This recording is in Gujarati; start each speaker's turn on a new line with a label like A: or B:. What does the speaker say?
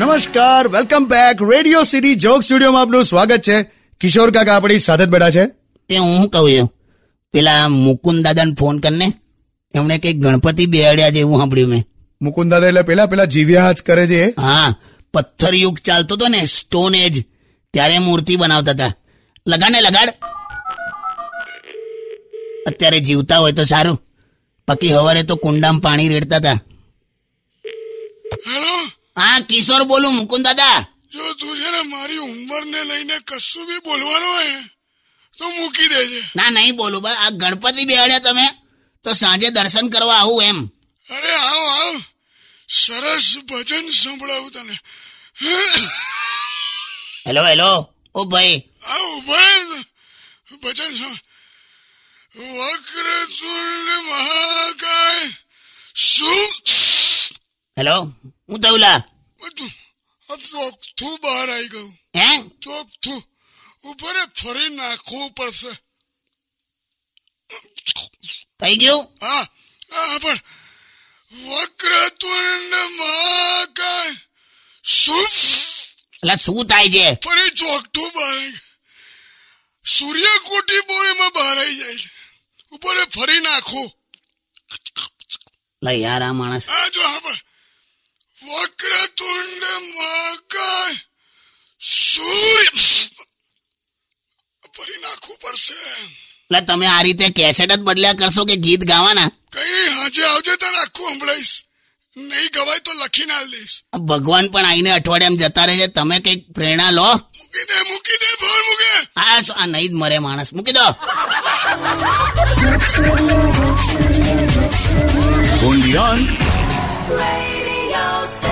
A: નમસ્કાર welcome back Radio City joke સ્ટુડિયોમાં આપનું સ્વાગત છે કિશોર કાકા આપણી સાથે જ બેઠા છે
B: તે હું કહું છું પેલા મુકુંદ દાદાને ફોન કરને એમણે કઈ ગણપતિ બેહડ્યા છે એવું સાંભળ્યું મેં
A: મુકુંદ દાદા એટલે પેલા પેલા જીવ્યા જ કરે છે એ.
B: હા પથ્થર યુગ ચાલતો હતો ને સ્ટોન એજ ત્યારે મૂર્તિ બનાવતા હતા લગાડ ને લગાડ અત્યારે જીવતા હોય તો સારું પકી હવારે તો કુંડામાં પાણી રેડતા હતા
C: હેલો
B: હા કિશોર બોલું મુકુંદ દાદા
C: જો તું છે ને મારી ઉંમરને લઈને કશું બી બોલવાનું હોય તો મૂકી દેજે
B: ના નહીં બોલું બા આ ગણપતિ બેહડ્યા તમે તો સાંજે દર્શન કરવા આવું એમ
C: અરે આવ આવ સરસ ભજન સંભળાવું તને
B: હેલો હેલો ઓ ભાઈ
C: આ ઉભો રહે ને. ભજન સંભળ વક્ર ચુંડ મહાકાય શું
B: હેલો હું થયું લા
C: બધું આ ચોખ્ઠું બહાર આવી ગયું
B: હે
C: ચોખ્ઠું ઉપર ફરી નાખવું પડશે
B: થઈ ગયું
C: હા હા પણ વક્રતુંડ મહાકાય શું
B: એટલે શું થાય છે
C: ફરી ચોકઠું બહાર આવી સૂર્યકોટી બોળીમાં બહાર આવી જાય છે ઉપર એ ફરી નાખો
B: લે યાર આ માણસ
C: આ જો હા પણ વક્રતુંડ મહાકાય સૂર્ય ફરી નાખવું પડશે
B: એટલે તમે આ રીતે કેસેટ જ બદલ્યા કરશો કે ગીત ગાવાના
C: કઈ હાજે આવજે તારે આખું સંભળાઈશ નહીં ગવાય તો લખીને આલ દઈશ
B: આ ભગવાન પણ આઈને અઠવાડિયામાં જતા રહે છે તમે કઈક પ્રેરણા લો
C: મૂકી દે મૂકી દે ભણ મૂકે
B: આ શું- આ નહીં જ મરે માણસ મૂકી દો
D: Radio City.